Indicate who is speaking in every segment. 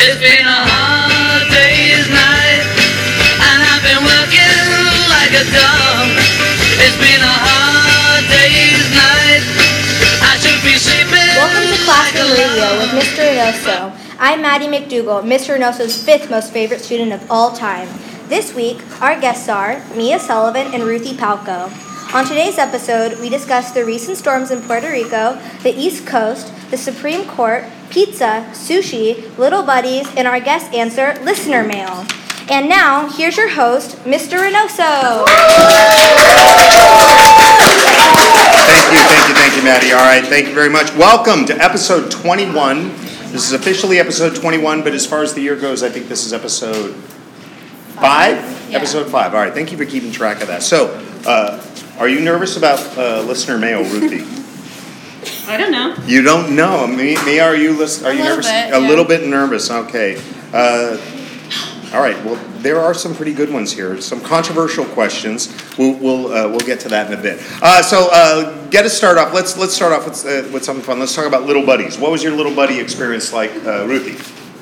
Speaker 1: It's been a hard day's night, and I've been working like a dog. It's been a hard day's night. I should be sleeping.
Speaker 2: Welcome to
Speaker 1: like a
Speaker 2: Classroom Radio
Speaker 1: log.
Speaker 2: with Mr. Inoso. I'm Maddie McDougall, Mr. Inoso's fifth most favorite student of all time. This week, our guests are Mia Sullivan and Ruthie Palco. On today's episode, we discuss the recent storms in Puerto Rico, the East Coast, the Supreme Court, pizza, sushi, little buddies, and our guest answer listener mail. And now, here's your host, Mr. Reynoso.
Speaker 3: Uh,
Speaker 4: Thank you, thank you, thank you, Maddie. All right, thank you very much. Welcome to episode 21. This is officially episode 21, but as far as the year goes, I think this is episode five?
Speaker 5: Yeah.
Speaker 4: Episode five. All right, thank you for keeping track of that. So, uh, are you nervous about uh, listener mail, Ruthie?
Speaker 5: I don't know.
Speaker 4: you don't know. Me, me are you lis- Are
Speaker 5: A
Speaker 4: you
Speaker 5: little
Speaker 4: nervous?
Speaker 5: bit,
Speaker 4: a
Speaker 5: yeah.
Speaker 4: little bit nervous. Okay. Uh, all right. Well, there are some pretty good ones here. Some controversial questions. We'll we'll, uh, we'll get to that in a bit. Uh, so uh, get us start off. Let's let's start off with uh, with something fun. Let's talk about little buddies. What was your little buddy experience like, uh, Ruthie?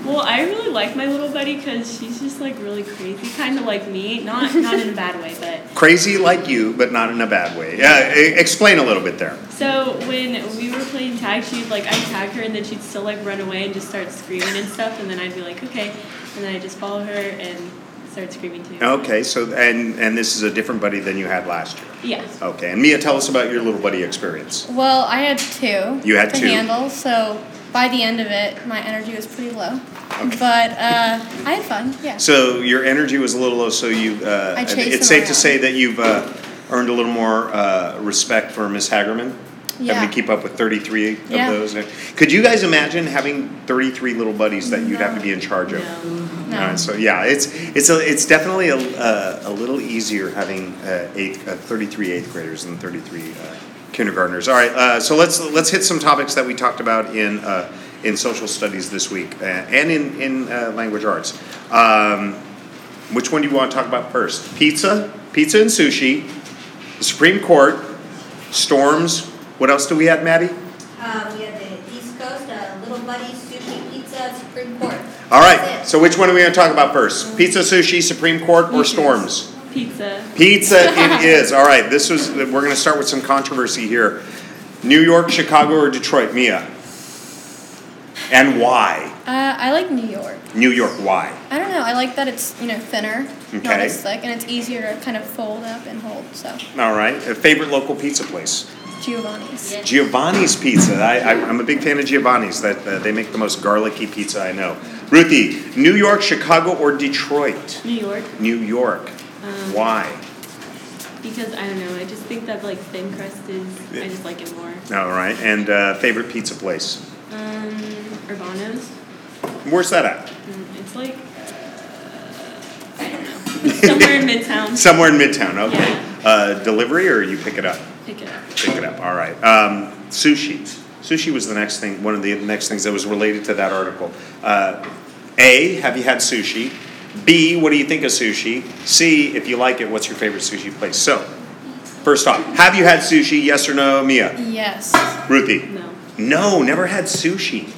Speaker 5: Well, I really like my little buddy because she's just like really crazy, kind of like me. Not not in a bad way, but
Speaker 4: Crazy like you, but not in a bad way. Uh, e- explain a little bit there.
Speaker 5: so when we were playing tag, she'd like I tag her and then she'd still like run away and just start screaming and stuff, and then I'd be like okay, and then I just follow her and start screaming too.
Speaker 4: Okay. So and and this is a different buddy than you had last year.
Speaker 5: Yeah.
Speaker 4: Okay. And Mia, tell us about your little buddy experience.
Speaker 6: Well, I had two.
Speaker 4: You had
Speaker 6: to
Speaker 4: two.
Speaker 6: handle, so by the end of it, my energy was pretty low. But uh, I had fun. Yeah.
Speaker 4: So your energy was a little low. So you, uh,
Speaker 6: I chased
Speaker 4: it's
Speaker 6: them
Speaker 4: safe to
Speaker 6: around.
Speaker 4: say that you've uh, earned a little more uh, respect for Miss Hagerman.
Speaker 6: Yeah.
Speaker 4: Having to keep up with 33 of
Speaker 6: Yeah.
Speaker 4: those. Could you guys imagine having 33 little buddies that you'd have to be in charge of?
Speaker 5: No.
Speaker 6: No.
Speaker 4: All right, so yeah, it's it's a, it's definitely a, uh, a little easier having uh, eighth, uh, 33 eighth graders than 33 uh, kindergartners. All right, uh, so let's let's hit some topics that we talked about in uh, in social studies this week uh, and in in uh, language arts. Um, which one do you want to talk about first? Pizza, pizza and sushi, the Supreme Court, storms. What else do we have, Maddie?
Speaker 3: Um, we have the East Coast, uh, Little Buddy, Sushi Pizza, Supreme Court.
Speaker 4: All right,
Speaker 3: That's it. Mm.
Speaker 4: so which one are we going to talk about first? Pizza, sushi, Supreme Court, or storms?
Speaker 5: Pizza.
Speaker 4: Pizza it is. All right, this was we're going to start with some controversy here. New York, Chicago or Detroit, Mia? And why?
Speaker 6: Uh, I like New York.
Speaker 4: New York, why?
Speaker 6: I don't know. I like that it's you know thinner, not
Speaker 4: Okay.
Speaker 6: as thick, and it's easier to kind of fold up and hold. So
Speaker 4: All right. A favorite local pizza place?
Speaker 6: Giovanni's.
Speaker 4: Giovanni's Pizza. I, I, I'm a big fan of Giovanni's. That uh, they make the most garlicky pizza I know. Ruthie, New York, Chicago or Detroit?
Speaker 5: New York,
Speaker 4: New York. Why?
Speaker 5: because I don't know. I just think that like thin crust is. I just like it more.
Speaker 4: All right. And uh, favorite pizza place?
Speaker 5: Um, Urbano's.
Speaker 4: Where's that at?
Speaker 5: Mm, It's like uh, I don't know. It's somewhere in Midtown.
Speaker 4: Somewhere in Midtown. Okay.
Speaker 5: Yeah.
Speaker 4: Uh, delivery or you pick it up?
Speaker 5: Pick it up.
Speaker 4: pick it up. All right. Um, sushi. Sushi was the next thing. One of the next things that was related to that article. Uh, A. Have you had sushi? B. What do you think of sushi? C. If you like it, what's your favorite sushi place? So, first off, have you had sushi? Yes or no, Mia?
Speaker 6: Yes.
Speaker 4: Ruthie.
Speaker 5: No.
Speaker 4: No, never had sushi.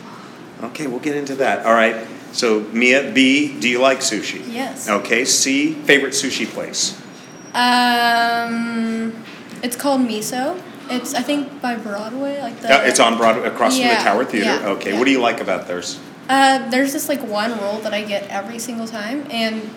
Speaker 4: Okay, we'll get into that. All right. So, Mia, B. Do you like sushi?
Speaker 6: Yes.
Speaker 4: Okay. C. Favorite sushi place.
Speaker 6: Um, it's called miso. It's I think by Broadway, like the.
Speaker 4: Uh, it's on Broadway, across from
Speaker 6: Yeah,
Speaker 4: the Tower Theater.
Speaker 6: yeah,
Speaker 4: okay.
Speaker 6: yeah.
Speaker 4: What do you like about theirs?
Speaker 6: Uh, there's this like one roll that I get every single time, and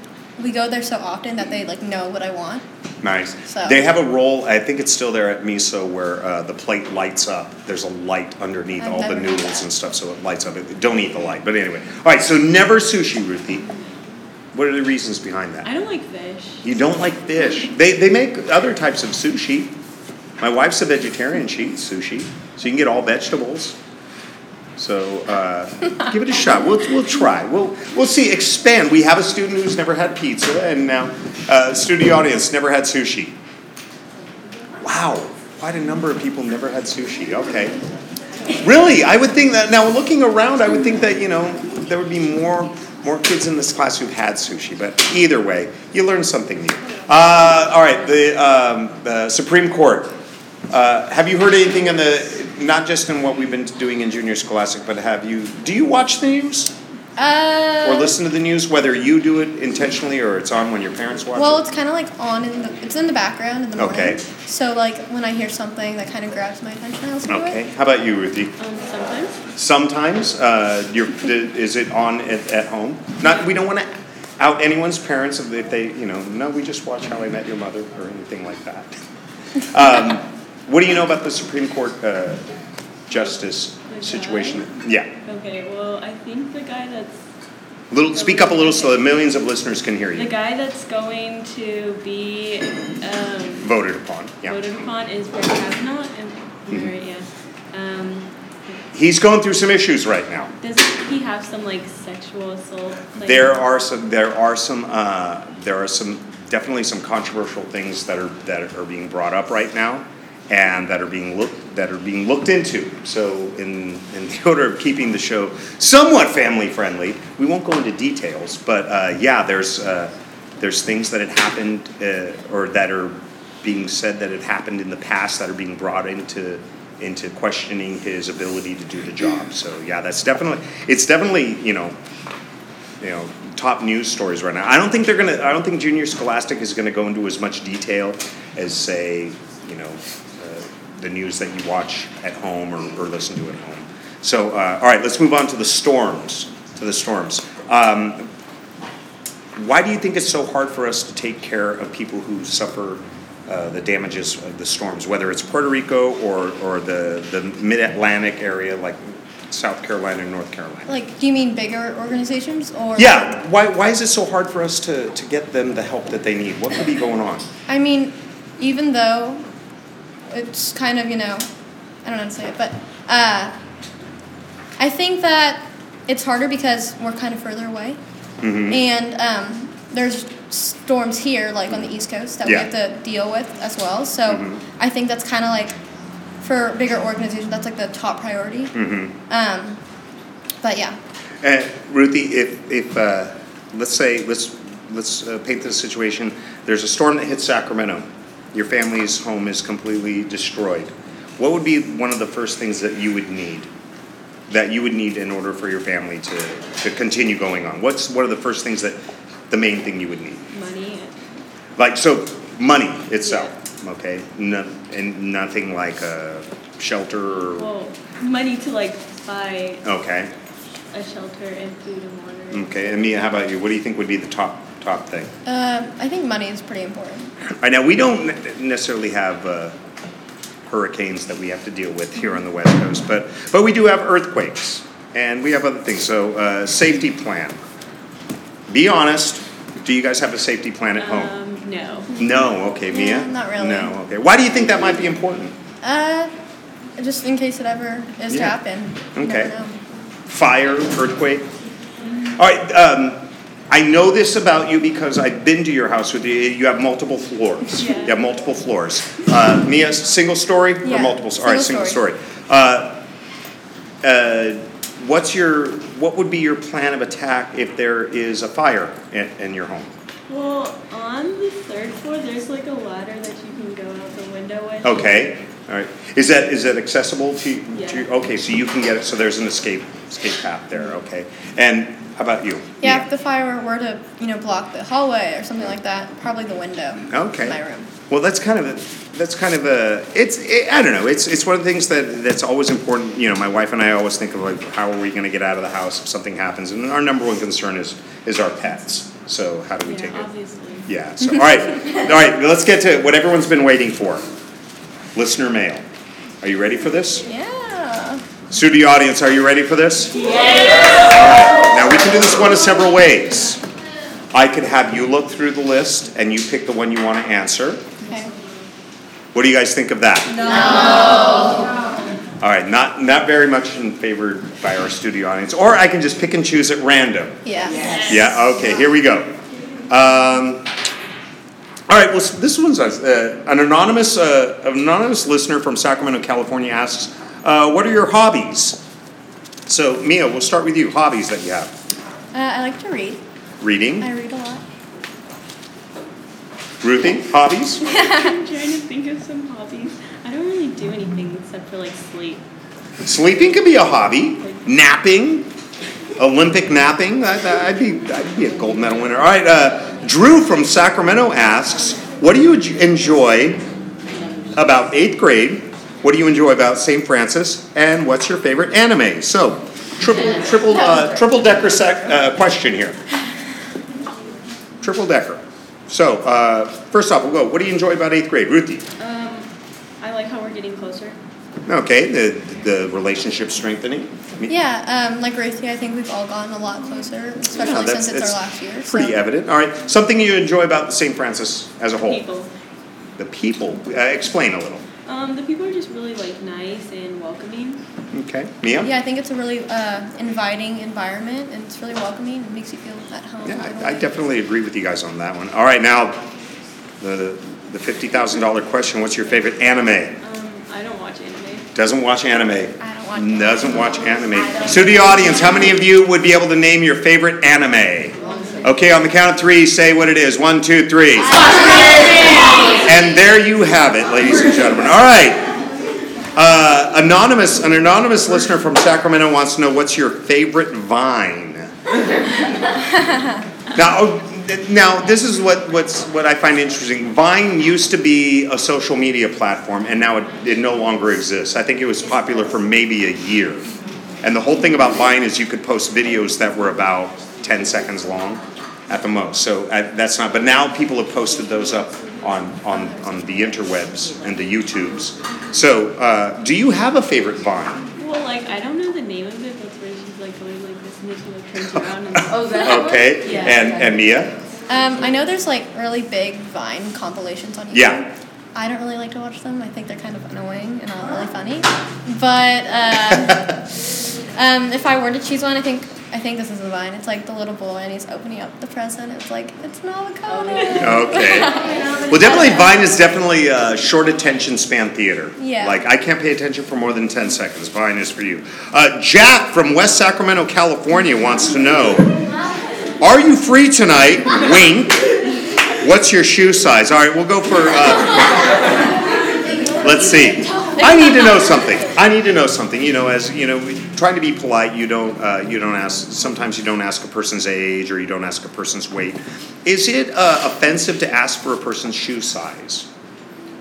Speaker 6: we go there so often that they like know what I want.
Speaker 4: Nice.
Speaker 6: So-
Speaker 4: They have a roll. I think it's still there at Miso where uh, the plate lights up. There's a light underneath
Speaker 6: I've
Speaker 4: all the
Speaker 6: never had
Speaker 4: noodles
Speaker 6: that.
Speaker 4: and stuff, so it lights up. Don't eat the light. But anyway, all right. So never sushi, Ruthie. What are the reasons behind
Speaker 5: I
Speaker 4: that?
Speaker 5: don't like fish.
Speaker 4: You don't like fish. They they make other types of sushi. My wife's a vegetarian. She eats sushi, so you can get all vegetables. So uh, give it a shot. We'll, we'll try. We'll we'll see. Expand. We have a student who's never had pizza, and now uh, studio audience never had sushi. Wow, quite a number of people never had sushi. Okay, really? I would think that. Now looking around, I would think that you know there would be more more kids in this class who've had sushi. But either way, you learn something new. Uh, all right, the, um, the Supreme Court. Uh, have you heard anything on the? Not just in what we've been doing in junior scholastic, but have you? Do you watch the news?
Speaker 6: Uh,
Speaker 4: or listen to the news, whether you do it intentionally or it's on when your parents watch
Speaker 6: Well,
Speaker 4: it?
Speaker 6: it's kind of like on in the it's in the background in the morning.
Speaker 4: Okay.
Speaker 6: So like when I hear something that kind of grabs my attention, I'll listen to
Speaker 4: Okay.
Speaker 6: it.
Speaker 4: How about you, Ruthie?
Speaker 5: Um, sometimes.
Speaker 4: Sometimes uh, you're, th- is it on at, at home? Not we don't want to out anyone's parents if they- if they you know no we just watch How I Met Your Mother or anything like that. Um, what do you know about the Supreme Court uh, justice situation? Yeah,
Speaker 5: Okay, well, I think the guy that's
Speaker 4: little speak up a little so that millions of listeners can hear
Speaker 5: the
Speaker 4: you.
Speaker 5: guy that's going to be um,
Speaker 4: Voted upon. Yeah, Mm-hmm.
Speaker 5: voted upon is Brett Kavanaugh. And, Right, yeah. Um,
Speaker 4: he's going through some issues right now.
Speaker 5: does he have some like sexual assault? Like,
Speaker 4: There are some, there are some, uh, there are some, definitely some controversial things that are, that are being brought up right now and that are being looked, that are being looked into. So in, in the order of keeping the show somewhat family friendly, we won't go into details, but, uh, yeah, there's, uh, there's things that had happened, uh, or that are being said that had happened in the past that are being brought into, into questioning his ability to do the job. So, yeah, that's definitely, it's definitely, you know, you know top news stories right now. I don't think they're gonna. I don't think Junior Scholastic is gonna go into as much detail as say you know uh, the news that you watch at home or, or listen to at home. So uh, all right, let's move on to the storms. To the storms. Um, why do you think it's so hard for us to take care of people who suffer uh, the damages of the storms, whether it's Puerto Rico or, or the, the mid Atlantic area like South Carolina and North Carolina?
Speaker 6: Like, do you mean bigger organizations or?
Speaker 4: Yeah, why, why is it so hard for us to, to get them the help that they need? What could be going on?
Speaker 6: I mean, even though it's kind of, you know, I don't know how to say it, but uh, I think that it's harder because we're kind of further away.
Speaker 4: Mm-hmm.
Speaker 6: And um, there's storms here, like on the East Coast, that
Speaker 4: Yeah.
Speaker 6: we have to deal with as well. So
Speaker 4: Mhm.
Speaker 6: I think that's kind of like, for bigger organizations, that's like the top priority.
Speaker 4: Mm-hmm.
Speaker 6: Um, but yeah.
Speaker 4: Uh, Ruthie, if, if uh, let's say, let's, let's uh, paint this situation. There's a storm that hits Sacramento. Your family's home is completely destroyed. What would be one of the first things that you would need? That you would need in order for your family to, to continue going on? What's one of the first things that, the main thing you would need?
Speaker 5: money.
Speaker 4: Like so, money itself, okay, no, and nothing like a shelter. Or,
Speaker 5: Well, money to like buy
Speaker 4: okay,
Speaker 5: a shelter and food and water.
Speaker 4: okay. And Mia, how about you? What do you think would be the top top thing?
Speaker 6: Um I think money is pretty important.
Speaker 4: Right now, we don't ne- necessarily have uh, hurricanes that we have to deal with here on the West Coast, but but we do have earthquakes, and we have other things. So, uh, safety plan. Be honest. Do you guys have a safety plan at home?
Speaker 5: Um, no.
Speaker 4: No. Okay, Mia.
Speaker 6: No, not really.
Speaker 4: No. Okay. Why do you think that might be important?
Speaker 6: Uh, just in case it ever is
Speaker 4: Yeah.
Speaker 6: to happen. You
Speaker 4: Okay.
Speaker 6: never know.
Speaker 4: fire, earthquake. All right, um, I know this about you because I've been to your house with you. You have multiple floors.
Speaker 5: Yeah.
Speaker 4: You have multiple floors. Uh, Mia, single story or
Speaker 6: Yeah,
Speaker 4: multiple? story? All right, single
Speaker 6: single
Speaker 4: story.
Speaker 6: story.
Speaker 4: Uh, uh, what's your? What would be your plan of attack if there is a fire in, in your home?
Speaker 5: Well, on the third floor, there's like a ladder that you can go out the window with.
Speaker 4: Okay. All right. Is that is that accessible to? to
Speaker 5: Yeah.
Speaker 4: okay, so you can get it. So there's an escape escape path there. Okay. And how about you?
Speaker 6: Yeah,
Speaker 4: Mia?
Speaker 6: if the fire were to, you know, block the hallway or something like that, probably the window.
Speaker 4: Okay.
Speaker 6: In my room.
Speaker 4: Well, that's kind of a, that's kind of a it's it, I don't know it's it's one of the things that that's always important. You know, my wife and I always think of like how are we going to get out of the house if something happens, and our number one concern is is our pets. So how do we take
Speaker 5: Yeah,
Speaker 4: it?
Speaker 5: obviously.
Speaker 4: Yeah. So all right, all right. Let's get to what everyone's been waiting for. Listener mail. Are you ready for this?
Speaker 6: Yeah.
Speaker 4: Studio audience, are you ready for this? Yeah. Now we can do this one of several ways. I could have you look through the list and you pick the one you want to answer.
Speaker 6: Okay.
Speaker 4: What do you guys think of that? No. All right, not not very much in favor by our studio audience. Or I can just pick and choose at random.
Speaker 6: Yeah.
Speaker 4: Yeah. Okay. Here we go. Um, all right. Well, s- this one's uh, an anonymous uh, anonymous listener from Sacramento, California asks, uh, "What are your hobbies?" So, Mia, we'll start with you. Hobbies that you have:
Speaker 6: Uh, I like to read.
Speaker 4: reading.
Speaker 6: I read a lot.
Speaker 4: Ruthie, hobbies.
Speaker 5: I'm trying to think of some hobbies. I don't really do anything except for like sleep.
Speaker 4: Sleeping could be a hobby. Napping, Olympic napping. I'd, I'd be I'd be a gold medal winner. All right, uh, Drew from Sacramento asks, "What do you enj- enjoy about eighth grade? What do you enjoy about St. Francis? And what's your favorite anime?" So, triple triple uh, triple decker sec, uh, question here. Triple decker. So, uh, first off, we'll go. What do you enjoy about eighth grade, Ruthie?
Speaker 5: Um, I like how we're getting closer.
Speaker 4: Okay, the the relationship strengthening. I mean,
Speaker 6: Yeah, um, like Ruthie, I think we've all gotten a lot closer, especially
Speaker 4: Yeah, that's-
Speaker 6: since it's,
Speaker 4: it's
Speaker 6: our last year.
Speaker 4: Pretty
Speaker 6: so.
Speaker 4: evident. All right, something you enjoy about St. Francis as a whole?
Speaker 5: People.
Speaker 4: The people. Uh, explain a little.
Speaker 5: Um, the people are just really like nice and welcoming.
Speaker 4: Okay. Mia?
Speaker 6: Yeah, I think it's a really uh, inviting environment, and it's really welcoming. It makes you feel at home.
Speaker 4: Yeah,
Speaker 6: right
Speaker 4: I, I
Speaker 6: away.
Speaker 4: definitely agree with you guys on that one. All right, now the the fifty thousand dollar question. What's your favorite anime?
Speaker 5: Um, I don't watch anime.
Speaker 4: Doesn't watch anime.
Speaker 6: I don't watch
Speaker 4: Doesn't watch anime. To the audience, how many of you would be able to name your favorite anime? Okay, on the count of three, say what it is. One, two, three. And there you have it, ladies and gentlemen. All right. Uh, anonymous, an anonymous listener from Sacramento wants to know what's your favorite vine. now, oh, th- now this is what what's what I find interesting. Vine used to be a social media platform, and now it, it no longer exists. I think it was popular for maybe a year, and the whole thing about Vine is you could post videos that were about ten seconds long, at the most. So I, that's not. But now people have posted those up on on on the interwebs and the YouTubes. So, uh, do you have a favorite Vine?
Speaker 5: Well, like I don't know the name of it, but it's where she's like going like this, and then she like turns around and.
Speaker 7: Oh, that one?
Speaker 4: Okay,
Speaker 7: Yeah.
Speaker 4: and and Mia.
Speaker 6: Um, I know there's like really big Vine compilations on YouTube.
Speaker 4: Yeah.
Speaker 6: I don't really like to watch them. I think they're kind of annoying and not really funny. But uh, um, if I were to choose one, I think I think this is the Vine. It's like the little boy and he's opening up the present. It's like it's an avocado.
Speaker 4: Okay. Well, definitely, Vine is definitely uh, short attention span theater.
Speaker 6: Yeah.
Speaker 4: Like, I can't pay attention for more than 10 seconds. Vine is for you. Uh, Jack from West Sacramento, California wants to know Are you free tonight? Wink. What's your shoe size? All right, we'll go for. Uh, let's see. I need to know something. I need to know something. You know, as you know, trying to be polite, you don't uh, you don't ask. Sometimes you don't ask a person's age or you don't ask a person's weight. Is it uh, offensive to ask for a person's shoe size?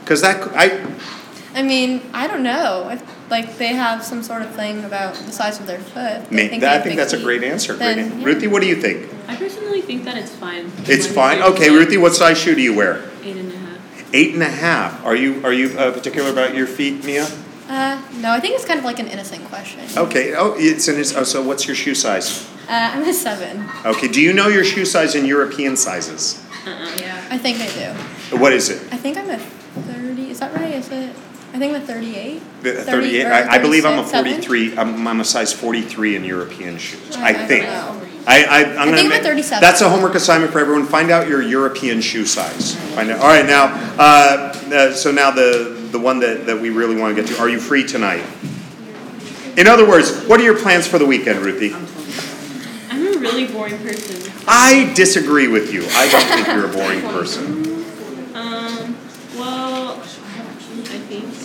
Speaker 4: Because that c- I
Speaker 6: I mean, I don't know. If, like they have some sort of thing about the size of their foot. They
Speaker 4: may,
Speaker 6: think
Speaker 4: think
Speaker 6: they
Speaker 4: I
Speaker 6: have
Speaker 4: think
Speaker 6: big
Speaker 4: that's a
Speaker 6: feet.
Speaker 4: great answer. Great.
Speaker 6: Then,
Speaker 4: an-
Speaker 6: yeah.
Speaker 4: Ruthie, what do you think?
Speaker 5: I personally think that it's fine.
Speaker 4: It's
Speaker 5: Like,
Speaker 4: fine.
Speaker 5: there's,
Speaker 4: Okay,
Speaker 5: like,
Speaker 4: Ruthie, what size shoe do you wear?
Speaker 5: Eight and a half.
Speaker 4: Eight and a half. Are you are you uh, particular about your feet, Mia?
Speaker 6: Uh, no, I think it's kind of like an innocent question.
Speaker 4: Okay. Oh, it's in his. Oh, so what's your shoe size?
Speaker 6: Uh, I'm a seven.
Speaker 4: Okay. Do you know your shoe size in European sizes?
Speaker 6: I think I do.
Speaker 4: What is it?
Speaker 6: I think I'm a 30. Is that right? Is it? I think I'm a 38.
Speaker 4: The
Speaker 6: 30
Speaker 4: Thirty-eight.
Speaker 6: or
Speaker 4: I, I believe I'm a
Speaker 6: 36, seven?
Speaker 4: forty-three. I'm, I'm a size forty-three in European shoes.
Speaker 6: Oh, I
Speaker 4: I
Speaker 6: don't
Speaker 4: think.
Speaker 6: know.
Speaker 4: I, I, I'm gonna
Speaker 6: think I'm
Speaker 4: make-
Speaker 6: a 37.
Speaker 4: That's a homework assignment for everyone. Find out your European shoe size. Find out. All right, now. Uh, uh, so now the the one that, that we really want to get to. Are you free tonight? In other words, what are your plans for the weekend, Ruthie?
Speaker 5: I'm a really boring person.
Speaker 4: I disagree with you. I don't think you're a boring person.
Speaker 5: Um, well, I think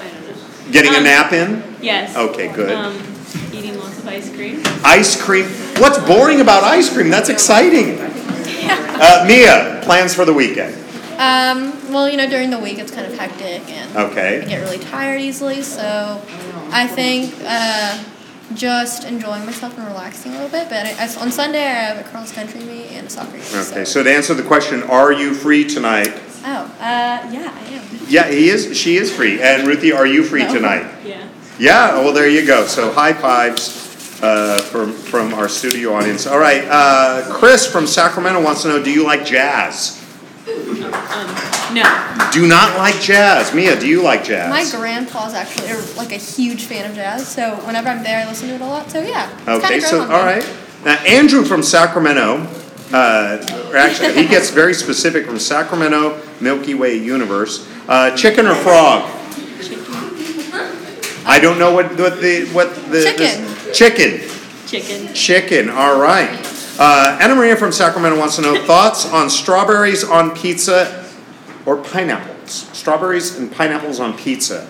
Speaker 5: I don't know.
Speaker 4: Getting a
Speaker 5: Um,
Speaker 4: nap in.
Speaker 5: Yes.
Speaker 4: Okay, good.
Speaker 5: Um, eating lots of ice cream.
Speaker 4: Ice cream. What's boring about ice cream? That's exciting. Uh, Mia, plans for the weekend.
Speaker 6: Um, well, you know, during the week it's kind of hectic and
Speaker 4: Oh.
Speaker 6: I
Speaker 4: Okay.
Speaker 6: get really tired easily. So I think uh, just enjoying myself and relaxing a little bit. But I, I- on Sunday I have a cross country meet and a soccer game.
Speaker 4: Okay. So to answer the question, are you free tonight?
Speaker 6: Oh, uh, yeah, I am.
Speaker 4: Yeah, he is. She is free. And Ruthie, are you free
Speaker 6: No.
Speaker 4: tonight?
Speaker 5: Yeah.
Speaker 4: Yeah. Well, there you go. So high fives uh, from from our studio audience. All right. Uh, Chris from Sacramento wants to know: Do you like jazz?
Speaker 5: No.
Speaker 4: Do not like jazz. Mia, do you like jazz?
Speaker 6: My grandpa's actually a- like a huge fan of jazz, so whenever I'm there, I listen to it a lot. So yeah, it's kind
Speaker 4: Okay,
Speaker 6: of
Speaker 4: so all right. Now Andrew from Sacramento, uh, or actually he gets very specific from Sacramento Milky Way universe. Uh, chicken or frog? I don't know what, what the what the
Speaker 6: Chicken.
Speaker 4: this- chicken
Speaker 5: Chicken.
Speaker 4: chicken. All right. Uh, Anna Maria from Sacramento wants to know thoughts on strawberries on pizza or pineapples. Strawberries and pineapples on pizza.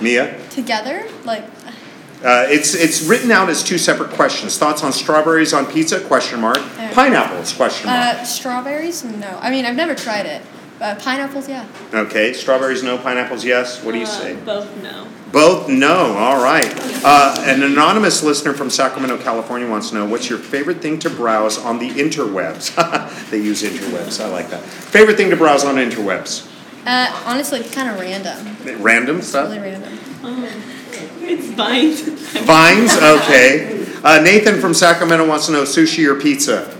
Speaker 4: Mia.
Speaker 6: Together, like
Speaker 4: Uh, it's it's written out as two separate questions. Thoughts on strawberries on pizza? Question mark. Pineapples? Question mark.
Speaker 6: Uh, strawberries? No. I mean, I've never tried it. Uh, pineapples, yeah.
Speaker 4: okay. Strawberries? No. Pineapples? Yes. What do you
Speaker 5: Uh,
Speaker 4: say?
Speaker 5: Both no.
Speaker 4: Both no. All right. Uh, an anonymous listener from Sacramento, California wants to know what's your favorite thing to browse on the interwebs? they use interwebs. I like that. Favorite thing to browse on interwebs?
Speaker 6: Uh, honestly, kind of random.
Speaker 4: Random stuff?
Speaker 6: Really random.
Speaker 5: It's bind.
Speaker 4: Vines? Okay. Uh, Nathan from Sacramento wants to know sushi or pizza?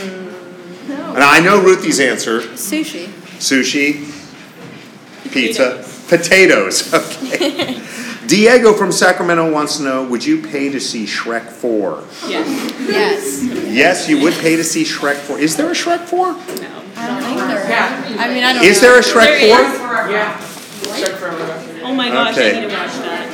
Speaker 4: And I know Ruthie's answer
Speaker 6: Sushi.
Speaker 4: sushi, pizza, potatoes. Okay. Diego from Sacramento wants to know would you pay to see Shrek 4?
Speaker 5: Yes.
Speaker 6: Yes.
Speaker 4: Yes, you would pay to see Shrek 4. Is there a Shrek 4?
Speaker 5: No.
Speaker 6: I don't think there. I mean, I don't.
Speaker 4: Is
Speaker 6: know.
Speaker 4: there a Shrek
Speaker 5: There
Speaker 4: 4?
Speaker 5: is.
Speaker 7: Yeah. Check for a
Speaker 5: Oh my gosh,
Speaker 4: Okay.
Speaker 5: I need to watch that.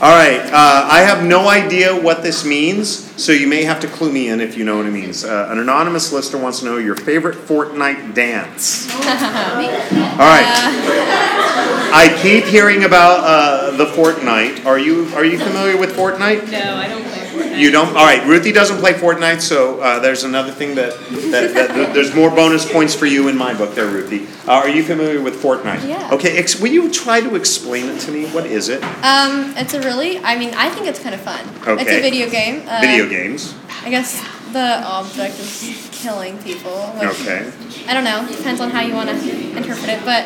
Speaker 4: All right, uh, I have no idea what this means, so you may have to clue me in if you know what it means. Uh, an anonymous listener wants to know your favorite Fortnite dance. All right, I keep hearing about uh, the Fortnite. Are you are you familiar with Fortnite?
Speaker 5: No, I don't play Fortnite.
Speaker 4: You don't. All right, Ruthie doesn't play Fortnite, so uh, there's another thing that, that, that, that there's more bonus points for you in my book there, Ruthie. Uh, are you familiar with Fortnite?
Speaker 6: Yeah.
Speaker 4: Okay, ex- will you try to explain it to me? What is it?
Speaker 6: Um, it's a really. I mean, I think it's kind of fun. It's
Speaker 4: Okay.
Speaker 6: a video game. Uh,
Speaker 4: Video games.
Speaker 6: I guess the object is killing people. Which,
Speaker 4: Okay.
Speaker 6: I don't know. Depends on how you want to interpret it, but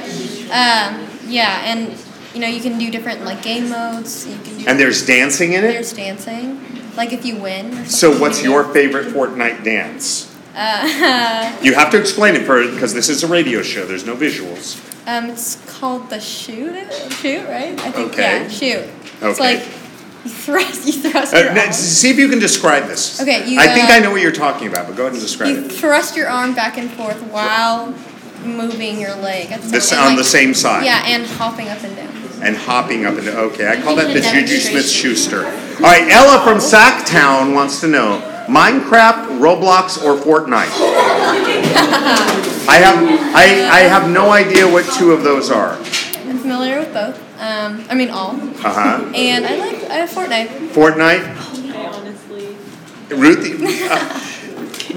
Speaker 6: um, yeah, and you know, you can do different like game modes. You can do
Speaker 4: And there's dancing in it?
Speaker 6: there's dancing. Like if you win. Or something,
Speaker 4: So what's
Speaker 6: you
Speaker 4: your
Speaker 6: win.
Speaker 4: favorite Fortnite dance?
Speaker 6: Uh,
Speaker 4: You have to explain it for because this is a radio show. There's no visuals.
Speaker 6: um, it's called the shoot. Shoot, right? I think
Speaker 4: Okay.
Speaker 6: yeah. Shoot. It's
Speaker 4: Okay.
Speaker 6: like you thrust. You thrust.
Speaker 4: Uh,
Speaker 6: your
Speaker 4: now,
Speaker 6: arm-
Speaker 4: see if you can describe this.
Speaker 6: Okay, you,
Speaker 4: I think
Speaker 6: uh,
Speaker 4: I know what you're talking about, but go ahead and describe
Speaker 6: You
Speaker 4: it.
Speaker 6: thrust your arm back and forth while moving your leg. At the same,
Speaker 4: This
Speaker 6: and,
Speaker 4: on
Speaker 6: like-
Speaker 4: the same side.
Speaker 6: Yeah, and hopping up and down.
Speaker 4: And hopping up and okay, I call that
Speaker 6: need
Speaker 4: the
Speaker 6: a
Speaker 4: Juju
Speaker 6: demonstration.
Speaker 4: Smith Schuster. All right, Ella from Sacktown wants to know Minecraft, Roblox, or Fortnite. I have I, I have no idea what two of those are.
Speaker 6: I'm familiar with both. Um, I mean all.
Speaker 4: Uh huh.
Speaker 6: And I like I have Fortnite.
Speaker 4: Fortnite,
Speaker 5: I honestly.
Speaker 4: Ruthie,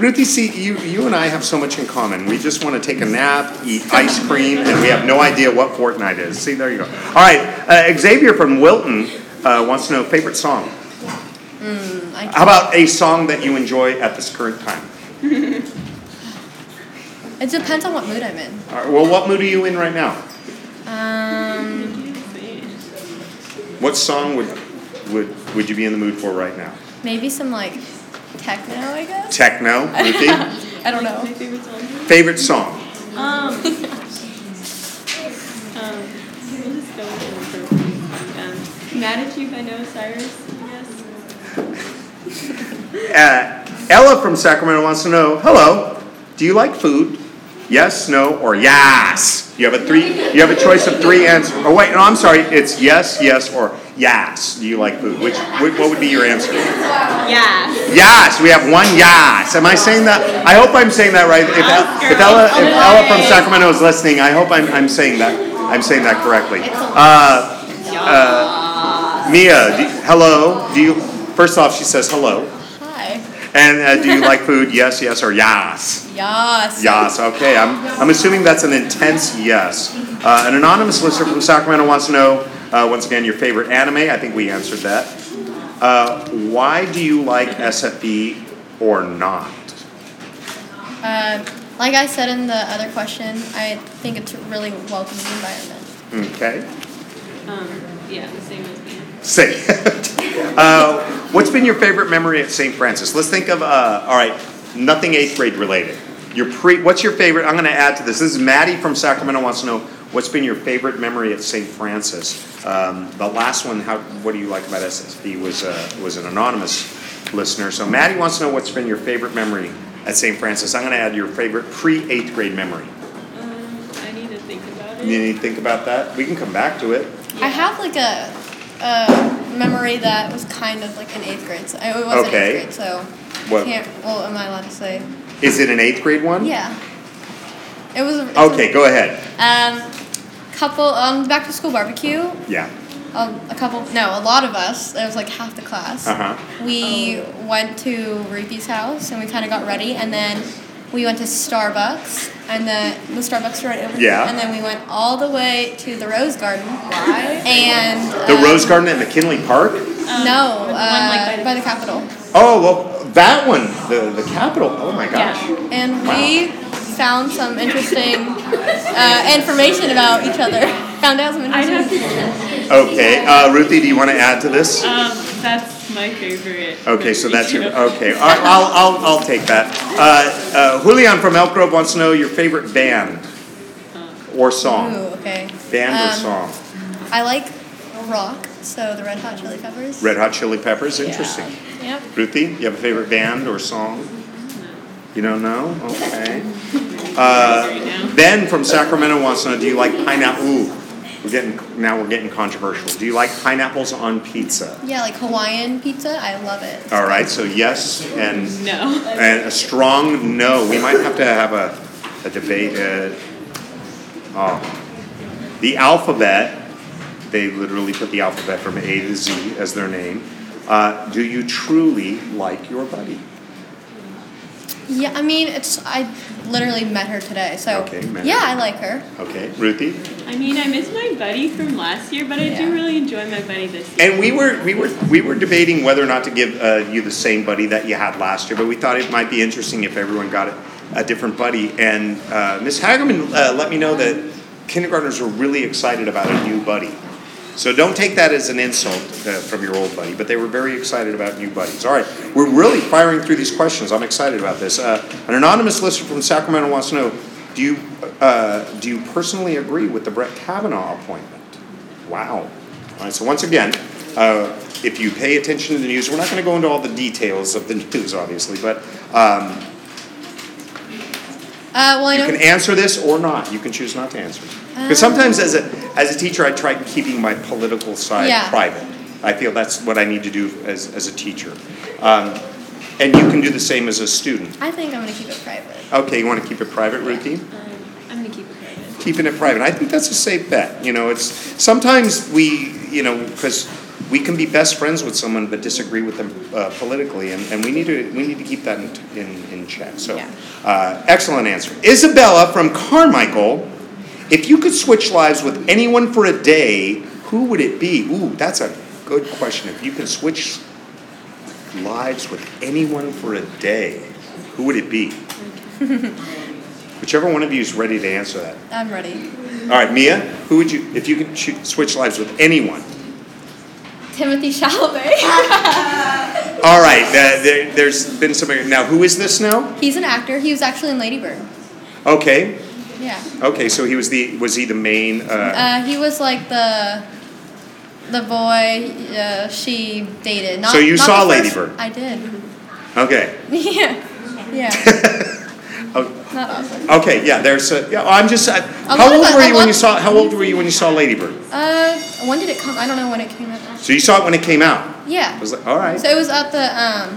Speaker 4: uh, Ruthie, see, you, you and I have so much in common. We just want to take a nap, eat ice cream, and we have no idea what Fortnite is. See, there you go. All right, uh, Xavier from Wilton uh, wants to know favorite song.
Speaker 6: I-
Speaker 4: How about a song that you enjoy at this current time?
Speaker 6: It depends on what mood I'm in.
Speaker 4: All right, well, what mood are you in right now?
Speaker 6: Um,
Speaker 4: What song would would would you be in the mood for right now?
Speaker 6: maybe some like techno, I guess.
Speaker 4: Techno, Ruthie.
Speaker 6: I don't
Speaker 5: My
Speaker 6: know.
Speaker 5: favorite song.
Speaker 4: favorite song.
Speaker 5: Um. um. We'll just go with the um, Mad at you by Noah Cyrus. Yes.
Speaker 4: Uh, Ella from Sacramento wants to know, hello, do you like food? Yes, no, or yes. You have a three. You have a choice of three answers. Oh wait, no, I'm sorry. It's yes, yes, or yes. Do you like food? Which, which what would be your answer?
Speaker 5: Yeah.
Speaker 4: Yes, we have one yes. Am I saying that? I hope I'm saying that right. If, El- if Ella, if Ella from Sacramento is listening, I hope I'm, I'm saying that. I'm saying that correctly. Uh, uh, Mia, do, hello. Do you? First off, she says hello.
Speaker 6: Hi.
Speaker 4: And uh, do you like food? Yes, yes, or yes?
Speaker 6: Yas.
Speaker 4: Yes. Okay. I'm I'm assuming that's an intense yes. Uh, an anonymous listener from Sacramento wants to know uh, once again your favorite anime. I think we answered that. Uh, why do you like SFB or not?
Speaker 6: Uh, like I said in the other question, I think it's a really welcoming environment.
Speaker 4: Okay.
Speaker 5: Um. Yeah. The same as me.
Speaker 4: Say. uh, what's been your favorite memory at St. Francis? Let's think of uh, all right, nothing eighth grade related. Your pre. What's your favorite? I'm going to add to this. This is Maddie from Sacramento wants to know what's been your favorite memory at St. Francis. Um, the last one, how what do you like about SSB was uh, was an anonymous listener. So Maddie wants to know what's been your favorite memory at St. Francis. I'm going to add your favorite pre eighth grade memory.
Speaker 5: Um. I need to think about
Speaker 4: You
Speaker 5: it.
Speaker 4: need to think about that. We can come back to it.
Speaker 6: I have like a, a memory that was kind of like in eighth grade. So it was
Speaker 4: Okay.
Speaker 6: in eighth grade, so
Speaker 4: What-
Speaker 6: can't. Well, am I allowed to say?
Speaker 4: Is it an eighth grade one?
Speaker 6: Yeah. It was. a- um, it's a-
Speaker 4: Okay, go ahead.
Speaker 6: Um, couple on the back to school barbecue.
Speaker 4: Yeah.
Speaker 6: a, a couple, no, a lot of us, it was like half the class.
Speaker 4: Uh-huh.
Speaker 6: We
Speaker 5: Oh.
Speaker 6: went to Ruthie's house and we kind of got ready, and then we went to Starbucks, and the, the Starbucks were right over here,
Speaker 4: Yeah.
Speaker 6: and then we went all the way to the Rose Garden. Why? And
Speaker 4: The
Speaker 6: uh,
Speaker 4: Rose Garden at McKinley Park?
Speaker 6: No,
Speaker 5: Um, the one,
Speaker 6: uh,
Speaker 5: like, by the-
Speaker 6: by the Capitol.
Speaker 4: Oh, well, that one, the, the Capitol. Oh my gosh.
Speaker 5: Yeah.
Speaker 6: And we found some interesting uh, information about each other. Found out some
Speaker 5: I'd
Speaker 6: interesting.
Speaker 5: have to.
Speaker 4: Okay, uh, Ruthie, do you want to add to this?
Speaker 5: Um, that's my favorite.
Speaker 4: Okay, so that's your,
Speaker 5: Oh.
Speaker 4: okay, I- I'll, I'll, I'll take that. Uh, uh, Julian from Elk Grove wants to know your favorite band or song.
Speaker 6: Ooh, okay.
Speaker 4: Band or
Speaker 6: Um,
Speaker 4: song?
Speaker 6: I like rock, so the Red Hot Chili Peppers.
Speaker 4: Red Hot Chili Peppers, interesting.
Speaker 6: Yep.
Speaker 4: Ruthie, you have a favorite band or song? You don't know? Okay. Uh, ben from Sacramento wants to know, do you like pineapple? Ooh, we're getting, now we're getting controversial. Do you like pineapples on pizza?
Speaker 6: Yeah, like Hawaiian pizza. I love it.
Speaker 4: All right, so yes and
Speaker 5: No.
Speaker 4: And a strong no. We might have to have a, a debate. Uh, oh. The alphabet, they literally put the alphabet from A to Z as their name. Uh, do you truly like your buddy?
Speaker 6: Yeah, I mean, it's I literally met her today, so
Speaker 4: Okay, met
Speaker 6: yeah,
Speaker 4: her.
Speaker 6: I like her.
Speaker 4: Okay, Ruthie?
Speaker 5: I mean, I miss my buddy from last year, but I
Speaker 6: Yeah.
Speaker 5: do really enjoy my buddy this year.
Speaker 4: And we were we were we were debating whether or not to give uh, you the same buddy that you had last year, but we thought it might be interesting if everyone got a, a different buddy. And uh, Ms. Hagerman uh, let me know that kindergartners were really excited about a new buddy. So don't take that as an insult uh, from your old buddy, but they were very excited about new buddies. All right, we're really firing through these questions. I'm excited about this. Uh, an anonymous listener from Sacramento wants to know: Do you uh, do you personally agree with the Brett Kavanaugh appointment? Wow. All right, so once again, uh, if you pay attention to the news, we're not going to go into all the details of the news, obviously, but um,
Speaker 6: Uh, well, I
Speaker 4: you
Speaker 6: know.
Speaker 4: can answer this or not. You can choose not to answer. Because sometimes, as a as a teacher, I try keeping my political side
Speaker 6: Yeah.
Speaker 4: private. I feel that's what I need to do as as a teacher, um, and you can do the same as a student.
Speaker 6: I think I'm gonna keep it private.
Speaker 4: Okay, you want to keep it private, Ruthie?
Speaker 5: Um, I'm gonna keep it private.
Speaker 4: keeping it private. I think that's a safe bet. You know, it's sometimes we, you know, because we can be best friends with someone but disagree with them uh, politically, and, and we need to we need to keep that in in, in check. So,
Speaker 6: Yeah.
Speaker 4: uh, excellent answer, Isabella from Carmichael. If you could switch lives with anyone for a day, who would it be? Ooh, that's a good question. If you could switch lives with anyone for a day, who would it be? Whichever one of you is ready to answer that.
Speaker 6: I'm ready.
Speaker 4: All right, Mia, who would you, if you could choo- switch lives with anyone?
Speaker 6: Timothy Chalamet.
Speaker 4: All right, uh, there, there's been some. Now, who is this now?
Speaker 6: He's an actor. He was actually in Lady Bird.
Speaker 4: Okay,
Speaker 6: Yeah.
Speaker 4: okay, so he was the, was he the main? Uh,
Speaker 6: Uh, he was like the the boy uh, she dated. Not,
Speaker 4: So you
Speaker 6: not
Speaker 4: saw
Speaker 6: the
Speaker 4: Lady Bird?
Speaker 6: first- I did.
Speaker 4: okay,
Speaker 6: yeah. Yeah.
Speaker 4: Oh,
Speaker 6: Not awesome.
Speaker 4: okay, yeah. There's a. Yeah, I'm just. I,
Speaker 6: lot
Speaker 4: how old
Speaker 6: of-
Speaker 4: were
Speaker 6: a
Speaker 4: you when you
Speaker 6: lot-
Speaker 4: saw? How old were you when you saw Lady Bird?
Speaker 6: Uh, when did it come? I don't know when it came out.
Speaker 4: So you saw it when it came out.
Speaker 6: Yeah.
Speaker 4: I was like, all right,
Speaker 6: So it was at the um.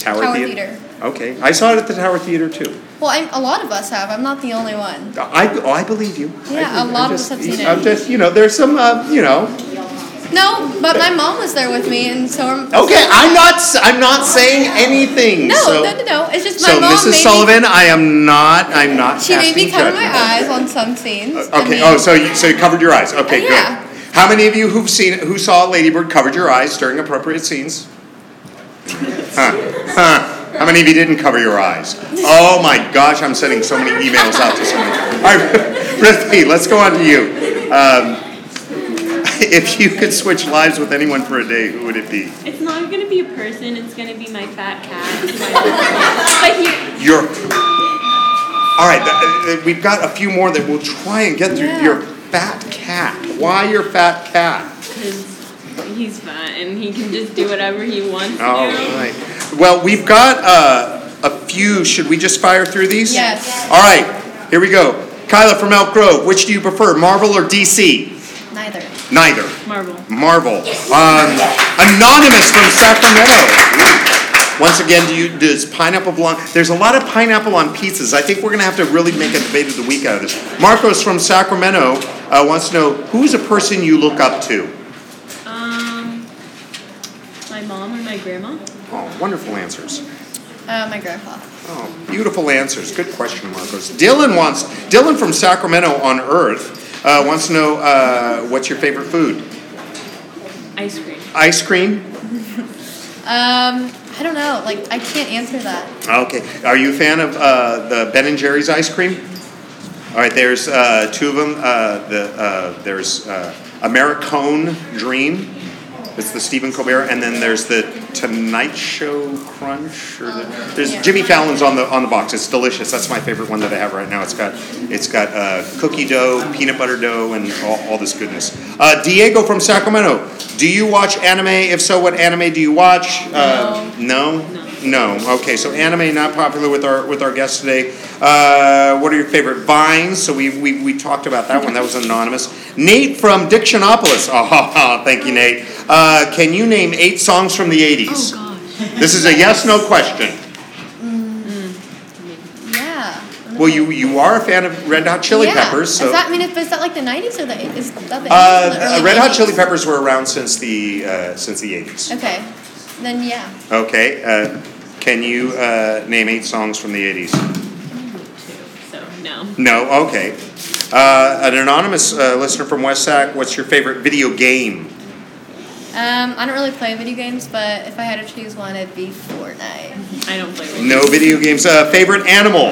Speaker 4: Tower,
Speaker 6: Tower
Speaker 4: Theater.
Speaker 6: Theater.
Speaker 4: Okay, I saw it at the Tower Theater too.
Speaker 6: Well, I'm, a lot of us have. I'm not the only one.
Speaker 4: I, oh, I believe you. I
Speaker 6: Yeah, a
Speaker 4: do. I
Speaker 6: lot of us
Speaker 4: just-
Speaker 6: have seen it.
Speaker 4: I'm just, you know, there's some, uh, you know,
Speaker 6: No, but my mom was there with me, and so. I'm-
Speaker 4: Okay, I'm not. s- I'm not saying anything.
Speaker 6: No,
Speaker 4: so,
Speaker 6: no, no, no. It's just my
Speaker 4: so
Speaker 6: mom.
Speaker 4: Mrs.
Speaker 6: made me-
Speaker 4: Sullivan, I am not. I'm not.
Speaker 6: She made me
Speaker 4: casting
Speaker 6: cover my
Speaker 4: judgment.
Speaker 6: eyes on some scenes.
Speaker 4: Uh, Okay. oh, so you so you covered your eyes. Okay,
Speaker 6: Oh,
Speaker 4: good.
Speaker 6: yeah.
Speaker 4: How many of you who've seen who saw Lady Bird covered your eyes during appropriate scenes? Huh. Huh. How many of you didn't cover your eyes? Oh my gosh, I'm sending so many emails out to so many. All right, Ruthie, let's go on to you. Um, if you could switch lives with anyone for a day, who would it be?
Speaker 5: It's not gonna be a person. It's gonna be my fat cat. but he,
Speaker 4: Your. All right, th- th- we've got a few more that we'll try and get through.
Speaker 6: Yeah.
Speaker 4: Your fat cat. Why your fat cat?
Speaker 5: because he's fat and he can just do whatever he wants
Speaker 4: All
Speaker 5: to.
Speaker 4: right. Well, we've got uh, a few. Should we just fire through these?
Speaker 6: Yes.
Speaker 4: All right, here we go. Kyla from Elk Grove, which do you prefer, Marvel or DC?
Speaker 6: Neither.
Speaker 4: Neither.
Speaker 5: Marvel.
Speaker 4: Marvel. Um, anonymous from Sacramento. Once again, do you does pineapple belong? There's a lot of pineapple on pizzas. I think we're gonna have to really make a debate of the week out of this. Marcos from Sacramento uh, wants to know who's a person you look up to.
Speaker 5: Um, grandma?
Speaker 4: Oh, wonderful answers.
Speaker 6: Uh, my grandpa.
Speaker 4: Oh, beautiful answers. Good question, Marcos. Dylan wants Dylan from Sacramento on Earth uh, wants to know uh, what's your favorite food?
Speaker 5: Ice cream.
Speaker 4: Ice cream.
Speaker 6: Um, I don't know. Like, I can't answer that.
Speaker 4: Okay. Are you a fan of uh, the Ben and Jerry's ice cream? All right. There's uh, two of them. Uh, the uh, there's uh, Americone Dream. It's the Stephen Colbert, and then there's the Tonight Show Crunch. Or the, there's
Speaker 6: Yeah.
Speaker 4: Jimmy Fallon's on the on the box. It's delicious. That's my favorite one that I have right now. It's got it's got uh, cookie dough, peanut butter dough, and all, all this goodness. Uh, Diego from Sacramento. Do you watch anime? If so, what anime do you watch? Uh, no. No. Okay. So anime not popular with our with our guests today. Uh, what are your favorite vines? So we, we we talked about that one. That was anonymous. Nate from Dictionopolis. Oh, thank you, Nate. Uh, can you name eight songs from the '80s?
Speaker 6: Oh,
Speaker 5: gosh.
Speaker 4: This is a yes no question.
Speaker 6: Yeah.
Speaker 4: Well, you you are a fan of Red Hot Chili
Speaker 6: yeah.
Speaker 4: Peppers, so
Speaker 6: Is that, I mean, if, is that like the 90s or the 80s? Is that the 80s? or the
Speaker 4: uh,
Speaker 6: early
Speaker 4: Red Hot
Speaker 6: 80s?
Speaker 4: Chili Peppers were around since the uh, since the eighties.
Speaker 6: Okay. Then, yeah.
Speaker 4: Okay, uh, can you uh, name eight songs from the eighties?
Speaker 5: So, no.
Speaker 4: No. Okay. Uh, an anonymous uh, listener from West Sac. What's your favorite video game?
Speaker 6: Um, I don't really play video games, but if I had to choose one, it'd be Fortnite.
Speaker 5: I don't play with
Speaker 4: No video games. Uh, favorite animal?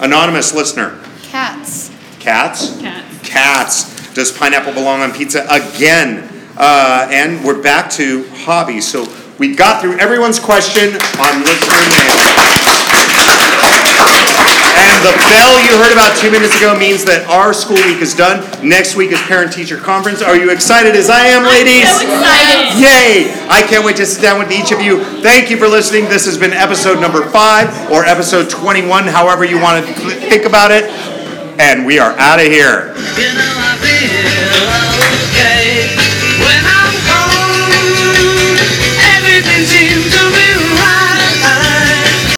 Speaker 4: Anonymous listener.
Speaker 6: Cats.
Speaker 4: Cats.
Speaker 5: cats.
Speaker 4: Cats. Does pineapple belong on pizza again? Uh, and we're back to hobbies. So we got through everyone's question on listener mail. And the bell you heard about two minutes ago means that our school week is done. Next week is parent teacher conference. Are you excited as I am, ladies?
Speaker 5: So excited.
Speaker 4: Yay! I can't wait to sit down with each of you. Thank you for listening. This has been episode number five or episode 21, however you want to think about it. And we are out of here.
Speaker 1: You know I feel alright.